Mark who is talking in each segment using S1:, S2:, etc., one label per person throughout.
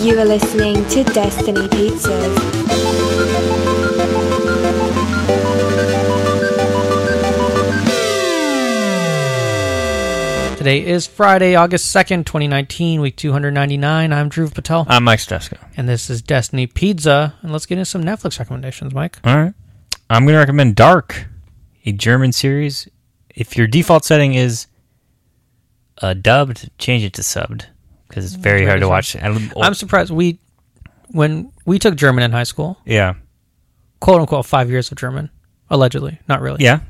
S1: You are listening to Destiny Pizzas.
S2: Today is Friday, August 2nd, 2019, week 299. I'm Drew Patel,
S3: I'm Mike Stesco.
S2: and this is Destiny Pizza. And let's get into some Netflix recommendations, Mike.
S3: All right. I'm going to recommend Dark, a German series. If your default setting is uh, dubbed, change it to subbed because it's very hard to watch. I'm,
S2: I'm surprised we, when we took German in high school,
S3: yeah.
S2: quote unquote, five years of German, allegedly, not really.
S3: Yeah.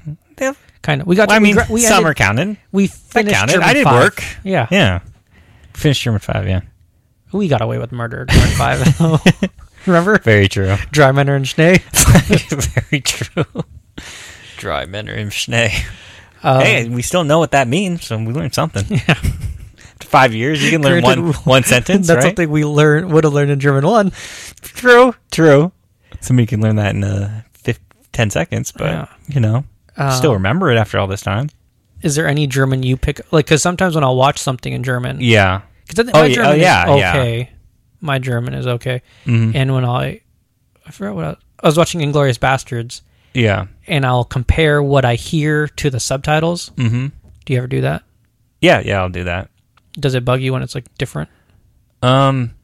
S3: yeah.
S2: Kind of. We got.
S3: Well,
S2: to,
S3: I mean,
S2: we, gra- we
S3: summer
S2: ended-
S3: counted.
S2: we
S3: That
S2: finished.
S3: counted.
S2: German
S3: I did
S2: five.
S3: work.
S2: Yeah.
S3: Yeah. Finished German 5, yeah.
S2: We got away with murder. in German five. Remember?
S3: Very true.
S2: Dry Männer and Schnee.
S3: very true. Dry Männer im Schnee.
S2: Um,
S3: hey, we still know what that means, so we learned something. Yeah. Five years, you can learn
S2: Granted,
S3: one one sentence.
S2: That's
S3: right?
S2: something we learn would have learned in German one.
S3: True. True. Somebody can learn that in uh, fif- 10 seconds, but,
S2: Yeah.
S3: you know,
S2: Um,
S3: still remember it after all this time.
S2: Is there any German you pick? Like, because sometimes when I'll watch something in German,
S3: Yeah.
S2: Because I think
S3: Oh,
S2: my
S3: yeah.
S2: German
S3: Oh, yeah,
S2: is
S3: yeah.
S2: okay. My German is okay.
S3: Mhm.
S2: And when I, I forgot what I, I was watching Inglorious Bastards,
S3: Yeah.
S2: and I'll compare what I hear to the subtitles.
S3: Mm-hmm.
S2: Do you ever do that?
S3: Yeah. Yeah. I'll do that.
S2: Does it bug you when it's like different?
S3: Um,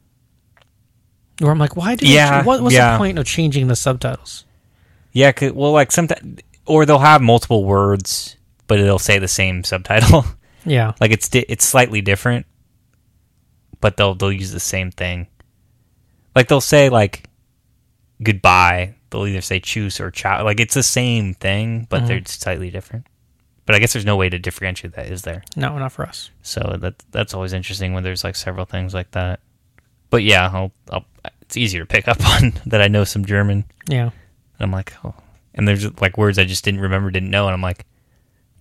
S2: Or I'm like, why did? you
S3: Yeah,
S2: cha- what, what's the
S3: yeah.
S2: point of changing the subtitles?
S3: yeah. 'cause- well, like sometimes, or they'll have multiple words, but it'll say the same subtitle.
S2: Yeah,
S3: like it's, di- it's slightly different, but they'll, they'll use the same thing. Like they'll say like goodbye. They'll either say choose or chow. Like it's the same thing, but they're slightly different. But I guess there's no way to differentiate that, is there?
S2: no, not for us.
S3: So that that's always interesting when there's like several things like that. But yeah, I'll, I'll, it's easier to pick up on that I know some German.
S2: Yeah,
S3: And I'm like, oh, and there's like words I just didn't remember, didn't know, and I'm like,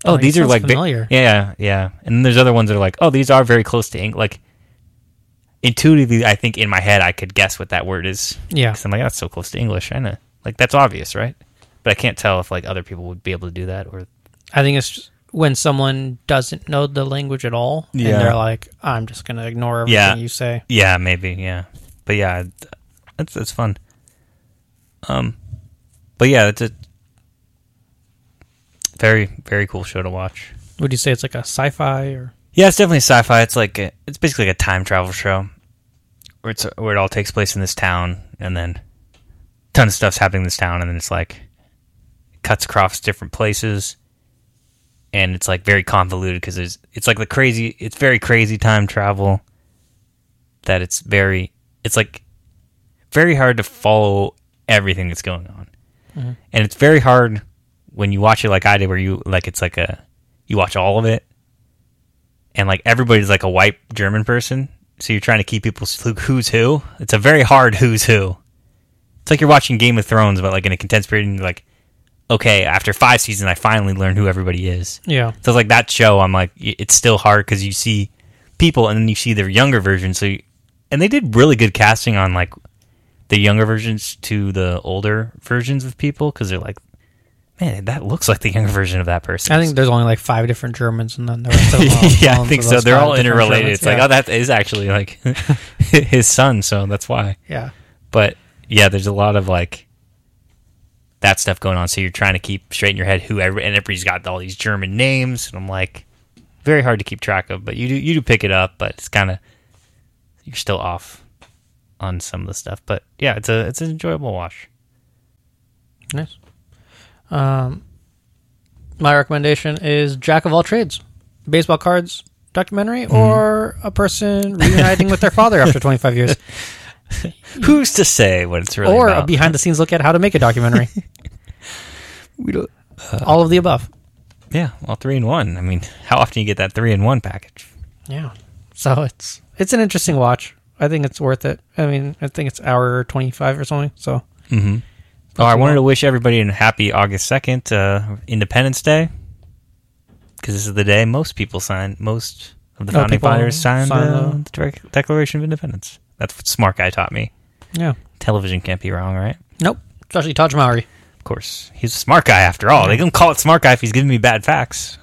S2: Oh,
S3: oh,
S2: like,
S3: these
S2: it
S3: are
S2: sounds
S3: like ve-
S2: familiar.
S3: yeah, yeah. And then there's other ones that are like, oh, these are very close to English. Like intuitively, I think in my head I could guess what that word is.
S2: yeah.
S3: 'Cause I'm like, "Oh, that's so close to English. I know, like that's obvious, right? But I can't tell if like other people would be able to do that or
S2: I think it's just when someone doesn't know the language at all,
S3: Yeah.
S2: and they're like, I'm just gonna ignore everything
S3: Yeah.
S2: you say.
S3: Yeah, maybe. Yeah, but yeah, th- that's that's fun. Um, but yeah, it's a very very cool show to watch.
S2: Would you say it's like a sci-fi or?
S3: Yeah, it's definitely sci-fi. It's like a, it's basically like a time travel show where it's where it all takes place in this town, and then ton of stuff's happening in this town, and then it's like cuts across different places, and it's like very convoluted because there's it's like the crazy, it's very crazy time travel that it's very it's like very hard to follow everything that's going on, and it's very hard when you watch it like I did, where you like it's like a you watch all of it and like everybody's like a white German person, so you're trying to keep people who- who's who. It's a very hard who's who. It's like you're watching Game of Thrones, but like in a condensed period, and you're like, okay, after five seasons, I finally learned who everybody is.
S2: Yeah,
S3: So like that show, I'm like, y- it's still hard because you see people and then you see their younger version. So, you, and they did really good casting on like the younger versions to the older versions of people because they're like, man, that looks like the younger version of that person.
S2: I think there's only like five different Germans, and then the rest of them. All,
S3: yeah,
S2: all
S3: I think
S2: of
S3: so.
S2: those
S3: They're
S2: five
S3: all
S2: different
S3: interrelated.
S2: Germans.
S3: It's like,
S2: yeah.
S3: oh, that is actually like his son, so that's why.
S2: yeah,
S3: But yeah, there's a lot of like that stuff going on. So you're trying to keep straight in your head who every, and everybody's got all these German names, and I'm like, very hard to keep track of. But you do you do pick it up, but it's kind of you're still off on some of the stuff. But yeah, it's a it's an enjoyable watch.
S2: nice. Um, my recommendation is Jack of all trades, baseball cards documentary,
S3: Mm-hmm.
S2: or a person reuniting with their father after 25 years,
S3: Who's to say what it's really
S2: or a
S3: about?
S2: behind the scenes look at how to make a documentary.
S3: we don't. Uh-huh.
S2: all of the above.
S3: Yeah, well, three in one. I mean, how often you get that three in one package?
S2: Yeah. So it's it's an interesting watch. I think it's worth it. I mean, I think it's hour 25 or something. So Mm-hmm.
S3: Oh, I
S2: you
S3: wanted
S2: want.
S3: to wish everybody a happy August 2nd, uh, Independence Day, because this is the day most people sign, most of the
S2: Oh,
S3: founding
S2: people
S3: fathers signed
S2: sign
S3: uh,
S2: the-
S3: the Dec- Declaration of Independence. That's what Smart Guy taught me.
S2: yeah.
S3: Television can't be wrong, right?
S2: Nope. Especially Taj Mowry.
S3: Of course. He's a smart guy after all. They can call it Smart Guy if he's giving me bad facts.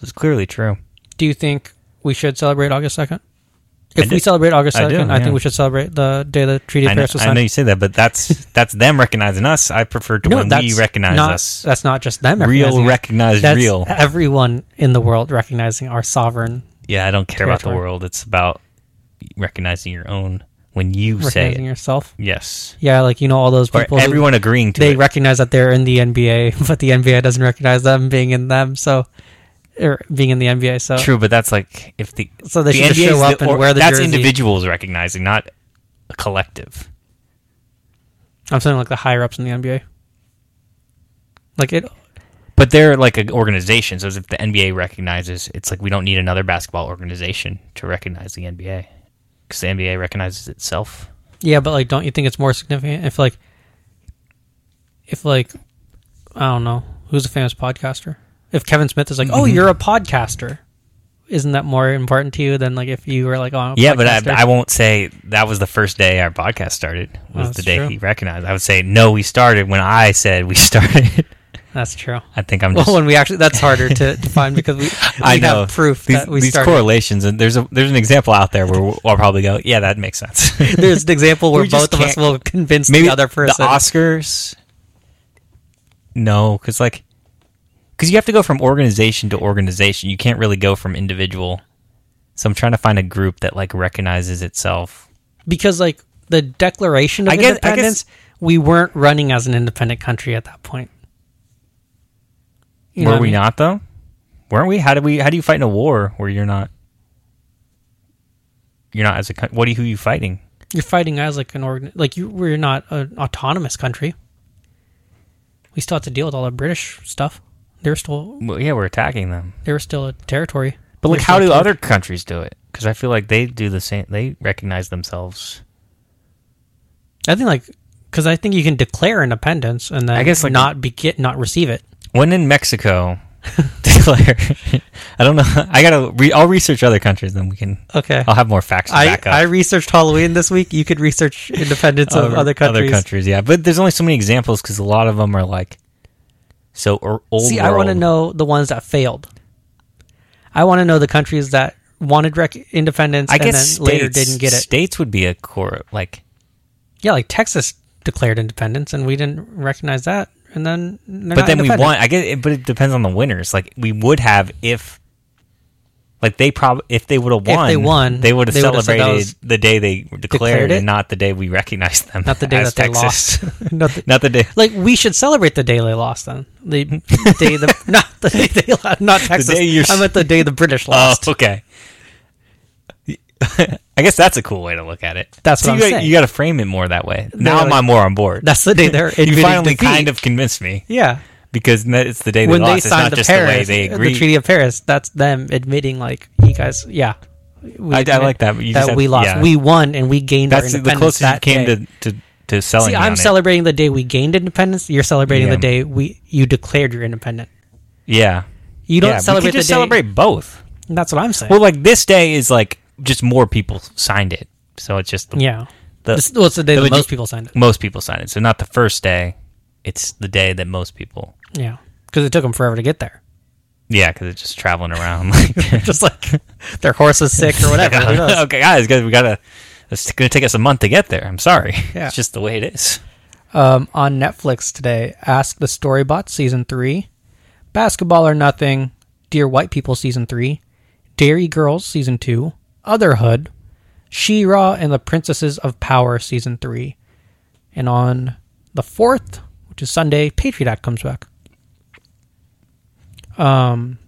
S3: This is clearly true.
S2: Do you think we should celebrate August 2nd? If
S3: I
S2: we
S3: did.
S2: celebrate August
S3: I do,
S2: 2nd, I,
S3: yeah.
S2: think we should celebrate the day the Treaty
S3: I
S2: of
S3: know,
S2: Paris was
S3: I know
S2: signed.
S3: you say that, but that's that's them recognizing us. I prefer to when we recognize
S2: not,
S3: us.
S2: That's not just them. recognizing
S3: Real
S2: us.
S3: recognize
S2: That's
S3: real.
S2: everyone in the world recognizing our sovereign.
S3: Yeah, I don't care about the
S2: territory.
S3: world. It's about recognizing your own when you say it.
S2: Recognizing yourself.
S3: yes,
S2: Yeah, like you know all those
S3: or
S2: people. who-
S3: everyone agreeing to
S2: they
S3: it.
S2: recognize that they're in the NBA, but the NBA doesn't recognize them being in them. So, or being in the NBA. So
S3: True, but that's like if the
S2: So they
S3: the
S2: should just
S3: NBA is
S2: show up
S3: the-
S2: and
S3: or-
S2: wear the
S3: that's
S2: jersey.
S3: individuals recognizing, not a collective.
S2: I'm saying like the higher ups in the NBA. Like it,
S3: But they're like an organization, so as if the NBA recognizes, it's like we don't need another basketball organization to recognize the NBA because the NBA recognizes itself.
S2: yeah. But like, don't you think it's more significant if like, if like, I don't know, who's a famous podcaster? If Kevin Smith is like, oh,
S3: Mm-hmm.
S2: you're a podcaster, isn't that more important to you than like if you were like, oh, I'm a
S3: Yeah, but I,
S2: podcaster?
S3: I won't say that was the first day our podcast started. Was
S2: That's
S3: the day
S2: true.
S3: he recognized. I would say no, we started when I said we started.
S2: that's true.
S3: I think I'm just.
S2: Well, when we actually, that's harder to, to find because we, we
S3: I know
S2: have proof
S3: these,
S2: that we
S3: these
S2: started.
S3: correlations, and there's a there's an example out there where we'll, I'll probably go, yeah, that makes sense.
S2: There's an example where
S3: We just
S2: both of us
S3: can't-
S2: will convince
S3: Maybe
S2: the other person.
S3: The Oscars. No, because like, because you have to go from organization to organization. You can't really go from individual. So I'm trying to find a group that like recognizes itself.
S2: because like the Declaration of
S3: I guess- I guess-
S2: Independence, we weren't running as an independent country at that point. You know
S3: Were
S2: what I
S3: we
S2: mean?
S3: not though? Weren't we? How do we? How do you fight in a war where you're not? You're not as a coun- what? Are you, who are you fighting?
S2: You're fighting as like an organ, like you. We're not an autonomous country. We still had to deal with all the British stuff. They're still
S3: Well, yeah, we're attacking them.
S2: they were still a territory.
S3: But like,
S2: They're
S3: how
S2: still
S3: do
S2: a
S3: other countries do it? Because I feel like they do the same. They recognize themselves.
S2: ter- I think like because I think you can declare independence and then
S3: I guess, like-
S2: not be get not receive it.
S3: When in Mexico, declare. I don't know. I gotta. Re- I'll research other countries, then we can.
S2: Okay.
S3: I'll have more facts to
S2: I,
S3: back up.
S2: I researched Halloween this week. You could research independence of other countries.
S3: yeah. But there's only so many examples because a lot of them are like so or, old.
S2: See, I want to
S3: world.
S2: know the ones that failed. I want to know the countries that wanted rec- independence
S3: I
S2: and
S3: guess
S2: then
S3: states,
S2: later didn't get it.
S3: States would be a core like.
S2: yeah, like Texas declared independence and we didn't recognize that, and then they're
S3: But
S2: not
S3: then we
S2: independent.
S3: want. I guess, it, but it depends on the winners. Like we would have if. Like they probably, if they would have
S2: If
S3: won,
S2: they won,
S3: they would have
S2: they would've said that
S3: celebrated
S2: was-
S3: the day they declared,
S2: declared it?
S3: and not the day we recognized them.
S2: not the day
S3: as
S2: that they
S3: Texas.
S2: lost. not the,
S3: not the day.
S2: like we should celebrate the day they lost. Then the day the not the day they lost, not Texas.
S3: day you're-
S2: I meant the day the British
S3: Oh,
S2: lost.
S3: okay. I guess that's a cool way to look at it.
S2: That's what
S3: you
S2: I'm
S3: got,
S2: saying.
S3: You got to frame it more that way. now
S2: like-
S3: I'm more on board.
S2: That's the day they're
S3: you
S2: admitting
S3: finally
S2: defeat.
S3: kind of convinced me
S2: yeah.
S3: because n- it's the day they
S2: when
S3: lost.
S2: they
S3: it's
S2: signed
S3: not
S2: the
S3: just
S2: Paris,
S3: the way they
S2: the,
S3: agreed.
S2: Treaty of Paris, that's them admitting like you guys, yeah. We
S3: I- I
S2: admit
S3: like that, but you just
S2: that
S3: have-
S2: we lost.
S3: yeah.
S2: We won and we gained
S3: that's
S2: our
S3: the
S2: independence.
S3: closest you
S2: that
S3: came
S2: day.
S3: to, to to selling.
S2: See,
S3: me on
S2: I'm
S3: it.
S2: celebrating the day we gained independence. You're celebrating
S3: Yeah.
S2: the day we you declared you're independent.
S3: Yeah,
S2: You don't
S3: yeah.
S2: celebrate
S3: We could just
S2: the day.
S3: celebrate both.
S2: That's what I'm saying.
S3: Well, like this day is like just more people signed it, so it's just the,
S2: yeah.
S3: the
S2: This- well, it's the day
S3: the-
S2: that most people signed it.
S3: most people signed it. So not the first day. It's the day that most people.
S2: Yeah, because it took them forever to get there.
S3: Yeah, because it's just traveling around. Like,
S2: Just like their horse is sick or whatever. Who knows?
S3: okay, guys, guys, we gotta. It's going to take us a month to get there. I'm sorry.
S2: Yeah.
S3: It's just the way it is.
S2: um, on Netflix today. Ask the Storybot season three, Basketball or Nothing, Dear White People season three, Dairy Girls season two, Otherhood, She-Ra and the Princesses of Power season three, and on the fourth, which is Sunday, Patriot Act comes back. Um,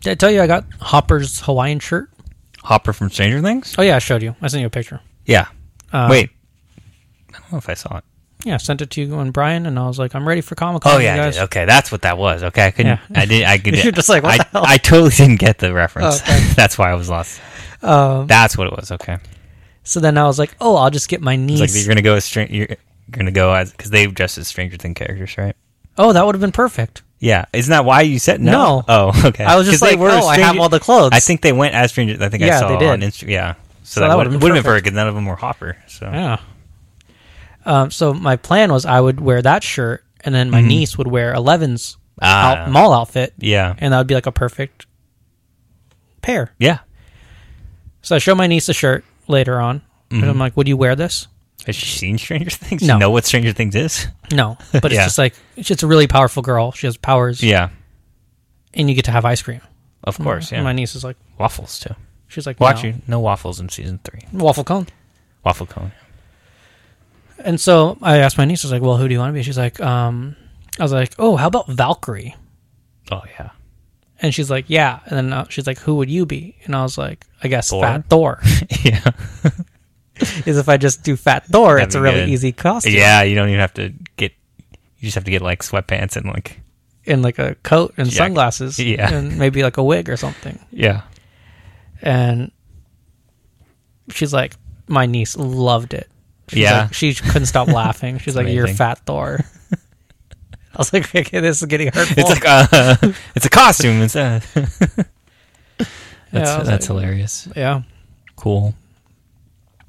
S2: did I tell you I got Hopper's Hawaiian shirt?
S3: Hopper from Stranger Things.
S2: Oh yeah, I showed you. I sent you a picture.
S3: Yeah.
S2: Um,
S3: Wait. I don't know if I saw it.
S2: Yeah, I sent it to you and Brian, and I was like, I'm ready for Comic Con.
S3: Oh yeah, I did. okay, that's what that was. Okay, I couldn't.
S2: Yeah.
S3: I did. I could.
S2: You're just like, what the
S3: I,
S2: hell?
S3: I totally didn't get the reference.
S2: Oh, okay.
S3: that's why I was lost.
S2: Um,
S3: That's what it was. Okay,
S2: So then I was like, oh, I'll just get my
S3: it's
S2: niece.
S3: like you're gonna go as str- you're gonna go as because they dressed as Stranger Thing characters, right?
S2: oh, that would have been perfect.
S3: Yeah, isn't that why you said no?
S2: No.
S3: Oh, okay.
S2: I was
S3: 'Cause
S2: just
S3: they
S2: like,
S3: were
S2: oh, I have
S3: Stranger-
S2: all the clothes.
S3: I think they went as Stranger. I think I
S2: Yeah,
S3: saw
S2: they did.
S3: on Insta. Yeah, so,
S2: So that
S3: that,
S2: would've
S3: would
S2: been
S3: would have been
S2: perfect.
S3: perfect. 'cause None of them were Hopper. So
S2: Yeah. Um, so my plan was I would wear that shirt, and then my niece would wear Eleven's
S3: Mm-hmm. Ah.
S2: out- mall outfit,
S3: yeah,
S2: and that would be like a perfect pair.
S3: yeah.
S2: So I show my niece the shirt later on, and
S3: Mm-hmm.
S2: I'm like, "Would you wear this?"
S3: Has she seen Stranger Things?
S2: No.
S3: You know what Stranger Things is?
S2: No, but it's
S3: Yeah.
S2: just like she's a really powerful girl. She has powers,
S3: Yeah,
S2: and you get to have ice cream.
S3: of course. Yeah,
S2: And my niece is like,
S3: waffles too.
S2: she's like,
S3: Watch
S2: no.
S3: you. No waffles in season three.
S2: waffle cone.
S3: Waffle cone.
S2: And so I asked my niece, I was like, "Well, who do you want to be?" She's like, "Um," I was like, "Oh, how about Valkyrie?"
S3: Oh yeah.
S2: And she's like, "Yeah." And then uh, she's like, "Who would you be?" And I was like, "I guess
S3: Thor.
S2: Fat Thor."
S3: yeah.
S2: Is if I just do Fat Thor,
S3: That'd
S2: it's a
S3: be
S2: really
S3: good.
S2: easy costume.
S3: Yeah. You don't even have to get. You just have to get like sweatpants and like.
S2: in like a coat and
S3: Yeah.
S2: sunglasses,
S3: Yeah.
S2: and maybe like a wig or something.
S3: Yeah.
S2: And she's like, my niece loved it. She's
S3: Yeah.
S2: like, she couldn't stop laughing. She's like, "You're
S3: amazing.
S2: fat Thor." I was like, "Okay, this is getting hurtful."
S3: It's like uh, it's a costume instead. that's
S2: I was
S3: that's
S2: like-
S3: hilarious.
S2: yeah.
S3: Cool.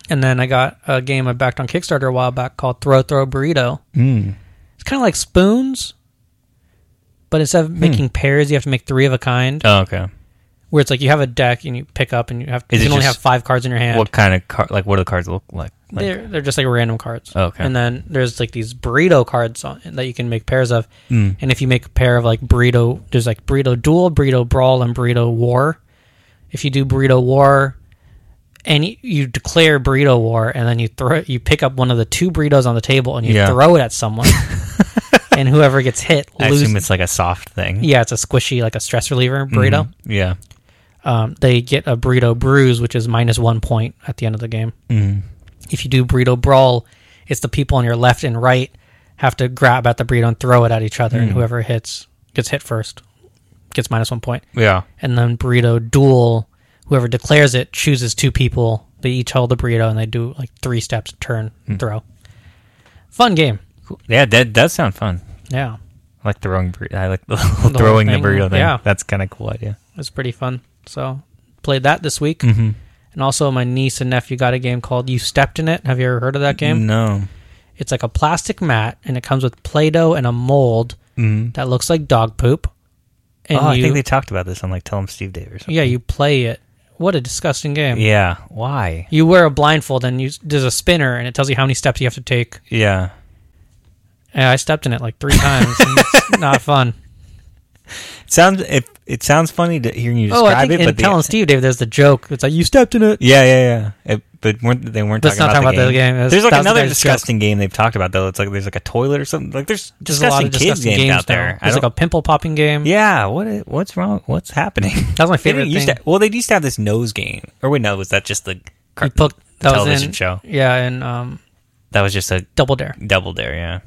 S2: And then I got a game I backed on Kickstarter a while back called Throw Throw Burrito.
S3: Mm.
S2: It's kind of like spoons, but instead
S3: Hmm.
S2: of making pairs, you have to make three of a kind.
S3: Oh, okay.
S2: Where it's like you have a deck and you pick up and you have
S3: Is
S2: you
S3: it
S2: can only
S3: just-
S2: have five cards in your hand.
S3: What kind of card? Like, what do the cards look like? like Oh,
S2: they're they're just like random cards.
S3: Okay.
S2: And then there's like these burrito cards on, that you can make pairs of.
S3: Mm.
S2: And if you make a pair of like burrito, there's like burrito duel, burrito brawl, and burrito war. If you do burrito war, and you, you declare burrito war, and then you throw it, you pick up one of the two burritos on the table and you
S3: Yeah.
S2: throw it at someone, and whoever gets hit
S3: I assume
S2: loses.
S3: it's like a soft thing.
S2: Yeah, it's a squishy like a stress reliever
S3: Mm-hmm.
S2: burrito.
S3: Yeah.
S2: Um, they get a burrito bruise, which is minus one point at the end of the game
S3: Mm.
S2: if you do burrito brawl, it's the people on your left and right have to grab at the burrito and throw it at each other, and whoever hits gets hit first gets minus one point.
S3: Yeah.
S2: And then burrito duel, whoever declares it chooses two people. They each hold the burrito and they do like three steps, turn, throw. Fun game.
S3: Cool. Yeah. That does sound fun.
S2: Yeah,
S3: I like throwing. Bur- I like the,
S2: whole
S3: throwing the
S2: thing,
S3: burrito thing.
S2: yeah.
S3: That's kind of cool idea.
S2: it's pretty fun. So played that this
S3: Hmm.
S2: week. And also, my niece and nephew got a game called You Stepped in It. Have you ever heard of that game?
S3: Mm-hmm. No.
S2: It's like a plastic mat, and it comes with Play-Doh and a mold
S3: Mm-hmm.
S2: that looks like dog poop. And
S3: oh, I
S2: you,
S3: think they talked about this on like Tell 'em Steve Dave or something.
S2: yeah, you play it. What a disgusting game!
S3: Yeah. Why?
S2: You wear a blindfold, and you there's a spinner, and it tells you how many steps you have to take.
S3: Yeah.
S2: And I stepped in it like three times. and it's not fun.
S3: It sounds it, it sounds funny to hearing you
S2: Oh, I
S3: describe
S2: think
S3: it,
S2: in
S3: but the-
S2: Tell 'em Steve, Dave, there's the joke. It's like you stepped in it.
S3: Yeah, yeah, yeah. It, but weren't, they weren't
S2: Let's
S3: talking,
S2: not
S3: about,
S2: talk
S3: the
S2: about the
S3: game.
S2: game. That's-
S3: There's like
S2: that was the
S3: another
S2: guy's
S3: disgusting game they've talked about though. It's like there's like a toilet or something. Like there's
S2: There's a lot
S3: disgusting
S2: of
S3: kids
S2: disgusting
S3: games,
S2: games
S3: out there.
S2: There's like a pimple popping game.
S3: yeah. What? i- What's wrong? What's happening?
S2: That was my
S3: They
S2: favorite
S3: didn't used
S2: thing.
S3: to- well, they used to have this nose game. Or wait, no, was that just the, car-
S2: You put,
S3: the
S2: that was
S3: television
S2: in-
S3: show?
S2: Yeah, and um,
S3: That was just a
S2: Double Dare.
S3: double dare. Yeah.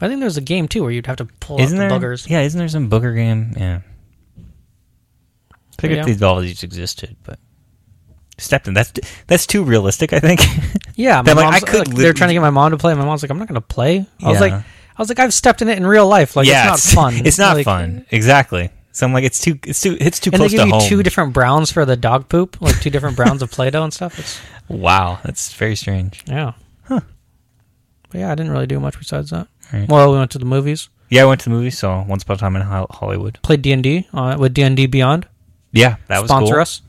S2: I think there's a game too where you'd have to pull
S3: Isn't
S2: out
S3: there?
S2: the buggers.
S3: Yeah. Isn't there some booger game? Yeah. I figured
S2: Yeah.
S3: these all these existed, but stepped in. That's that's too realistic. I think.
S2: Yeah, my
S3: They're like,
S2: mom's,
S3: I could
S2: like,
S3: lit-
S2: they're trying to get my mom to play. and My mom's like, I'm not going to play. I was
S3: Yeah.
S2: like, I was like, I've stepped in it in real life. Like, it's not fun.
S3: It's not
S2: Like,
S3: fun. Exactly. So I'm like, it's too, it's too, it's too
S2: And they
S3: close
S2: give
S3: to
S2: you
S3: home.
S2: two different browns for the dog poop, like two different browns of Play-Doh and stuff. It's,
S3: wow, that's very strange.
S2: yeah. Huh. But yeah, I didn't really do much besides that.
S3: Right.
S2: Well, we went to the movies,
S3: Yeah, I went to the movie. So once upon a time in Ho- Hollywood.
S2: played D and D uh, with D and D Beyond.
S3: Yeah, that was
S2: sponsor
S3: cool.
S2: us.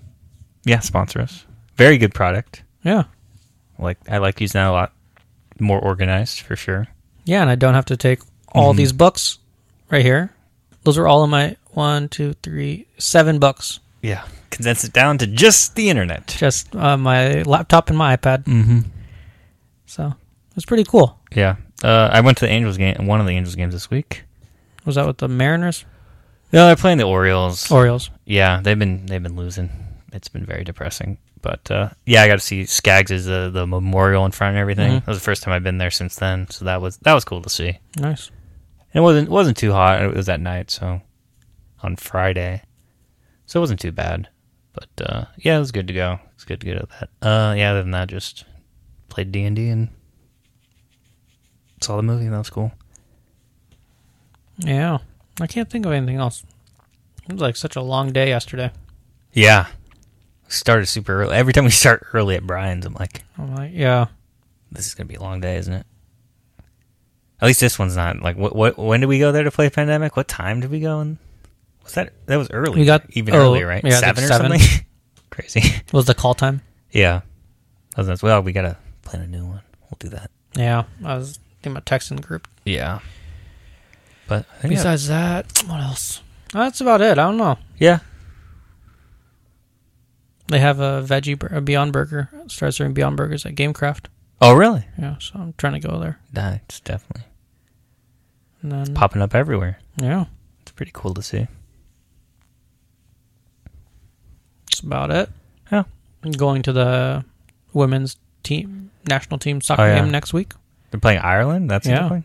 S3: Yeah, sponsor us. Very good product.
S2: Yeah,
S3: Like I like using that a lot. More organized for sure.
S2: yeah, and I don't have to take all
S3: Mm-hmm.
S2: these books right here. Those are all in my one, two, three, seven books.
S3: Yeah, condense it down to just the internet.
S2: Just uh, my laptop and my iPad.
S3: Mm-hmm.
S2: So it was pretty cool.
S3: Yeah, uh, I went to the Angels game. One of the Angels games this week.
S2: Was that with the Mariners?
S3: No, they're playing the Orioles.
S2: Orioles.
S3: Yeah, they've been they've been losing. It's been very depressing. But uh, yeah, I got to see Skaggs is the the memorial in front and everything. That was the first time I've been there since then, so that was that was cool to see. And
S2: Nice.
S3: it wasn't wasn't too hot. It was at night, so on Friday, so it wasn't too bad. But uh, yeah, it was good to go. It's good to go to that. Uh, yeah, other than that, just played D and D and saw the movie. That was cool.
S2: Yeah. I can't think of anything else. It was like such a long day yesterday.
S3: Yeah, started super early. Every time we start early at Brian's, I'm like,
S2: I'm like, yeah.
S3: this is gonna be a long day, isn't it? At least this one's not. Like, what? What? When did we go there to play Pandemic? What time did we go? In? Was that that was early?
S2: We got-
S3: even
S2: oh,
S3: earlier, right?
S2: yeah, I think
S3: seven or
S2: seven.
S3: something. crazy.
S2: Was the call time?
S3: yeah. I was like, well, we gotta plan a new one. We'll do that.
S2: Yeah, I was thinking about texting the group.
S3: Yeah. But I think
S2: Besides that, what else? That's about it. I don't know.
S3: yeah,
S2: They have a veggie bur- a Beyond Burger. Starts serving Beyond Burgers at GameCraft.
S3: Oh, really?
S2: Yeah, so I'm trying to go there.
S3: Nah, it's definitely
S2: And then
S3: popping up everywhere.
S2: yeah,
S3: It's pretty cool to see.
S2: that's about it.
S3: Yeah.
S2: I'm going to the women's team national team soccer
S3: Oh, yeah.
S2: game next week
S3: They're playing Ireland. That's yeah.
S2: Yeah.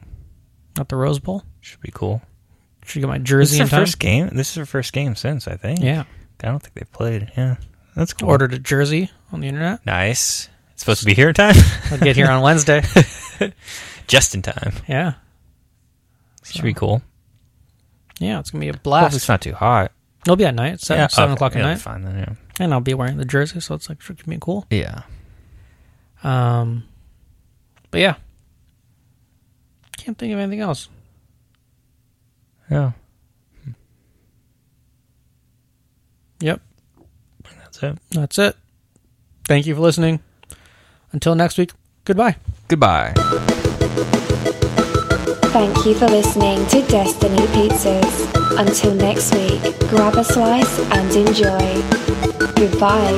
S2: at the Rose Bowl.
S3: Should be cool.
S2: Should get my
S3: This
S2: jersey in
S3: is their
S2: time.
S3: first game. This is their first game since I think.
S2: Yeah,
S3: I don't think they played. Yeah, that's cool.
S2: ordered a jersey on the internet.
S3: Nice. It's supposed to be here in time.
S2: I'll get here on Wednesday.
S3: Just in time.
S2: Yeah,
S3: Should be cool.
S2: yeah, it's gonna be a
S3: Hopefully
S2: blast.
S3: it's not too hot.
S2: It'll be at night, seven,
S3: Yeah,
S2: seven
S3: okay.
S2: o'clock at
S3: Yeah,
S2: night,
S3: Fine then.
S2: and I'll be wearing the jersey, so it's like should be cool.
S3: Yeah. yeah.
S2: Um, but yeah, can't think of anything else.
S3: Yeah.
S2: Yep,
S3: That's it.
S2: that's it. Thank you for listening. Until next week, goodbye.
S3: Goodbye.
S1: Thank you for listening to Destiny Pizzas. Until next week, grab a slice and enjoy. Goodbye.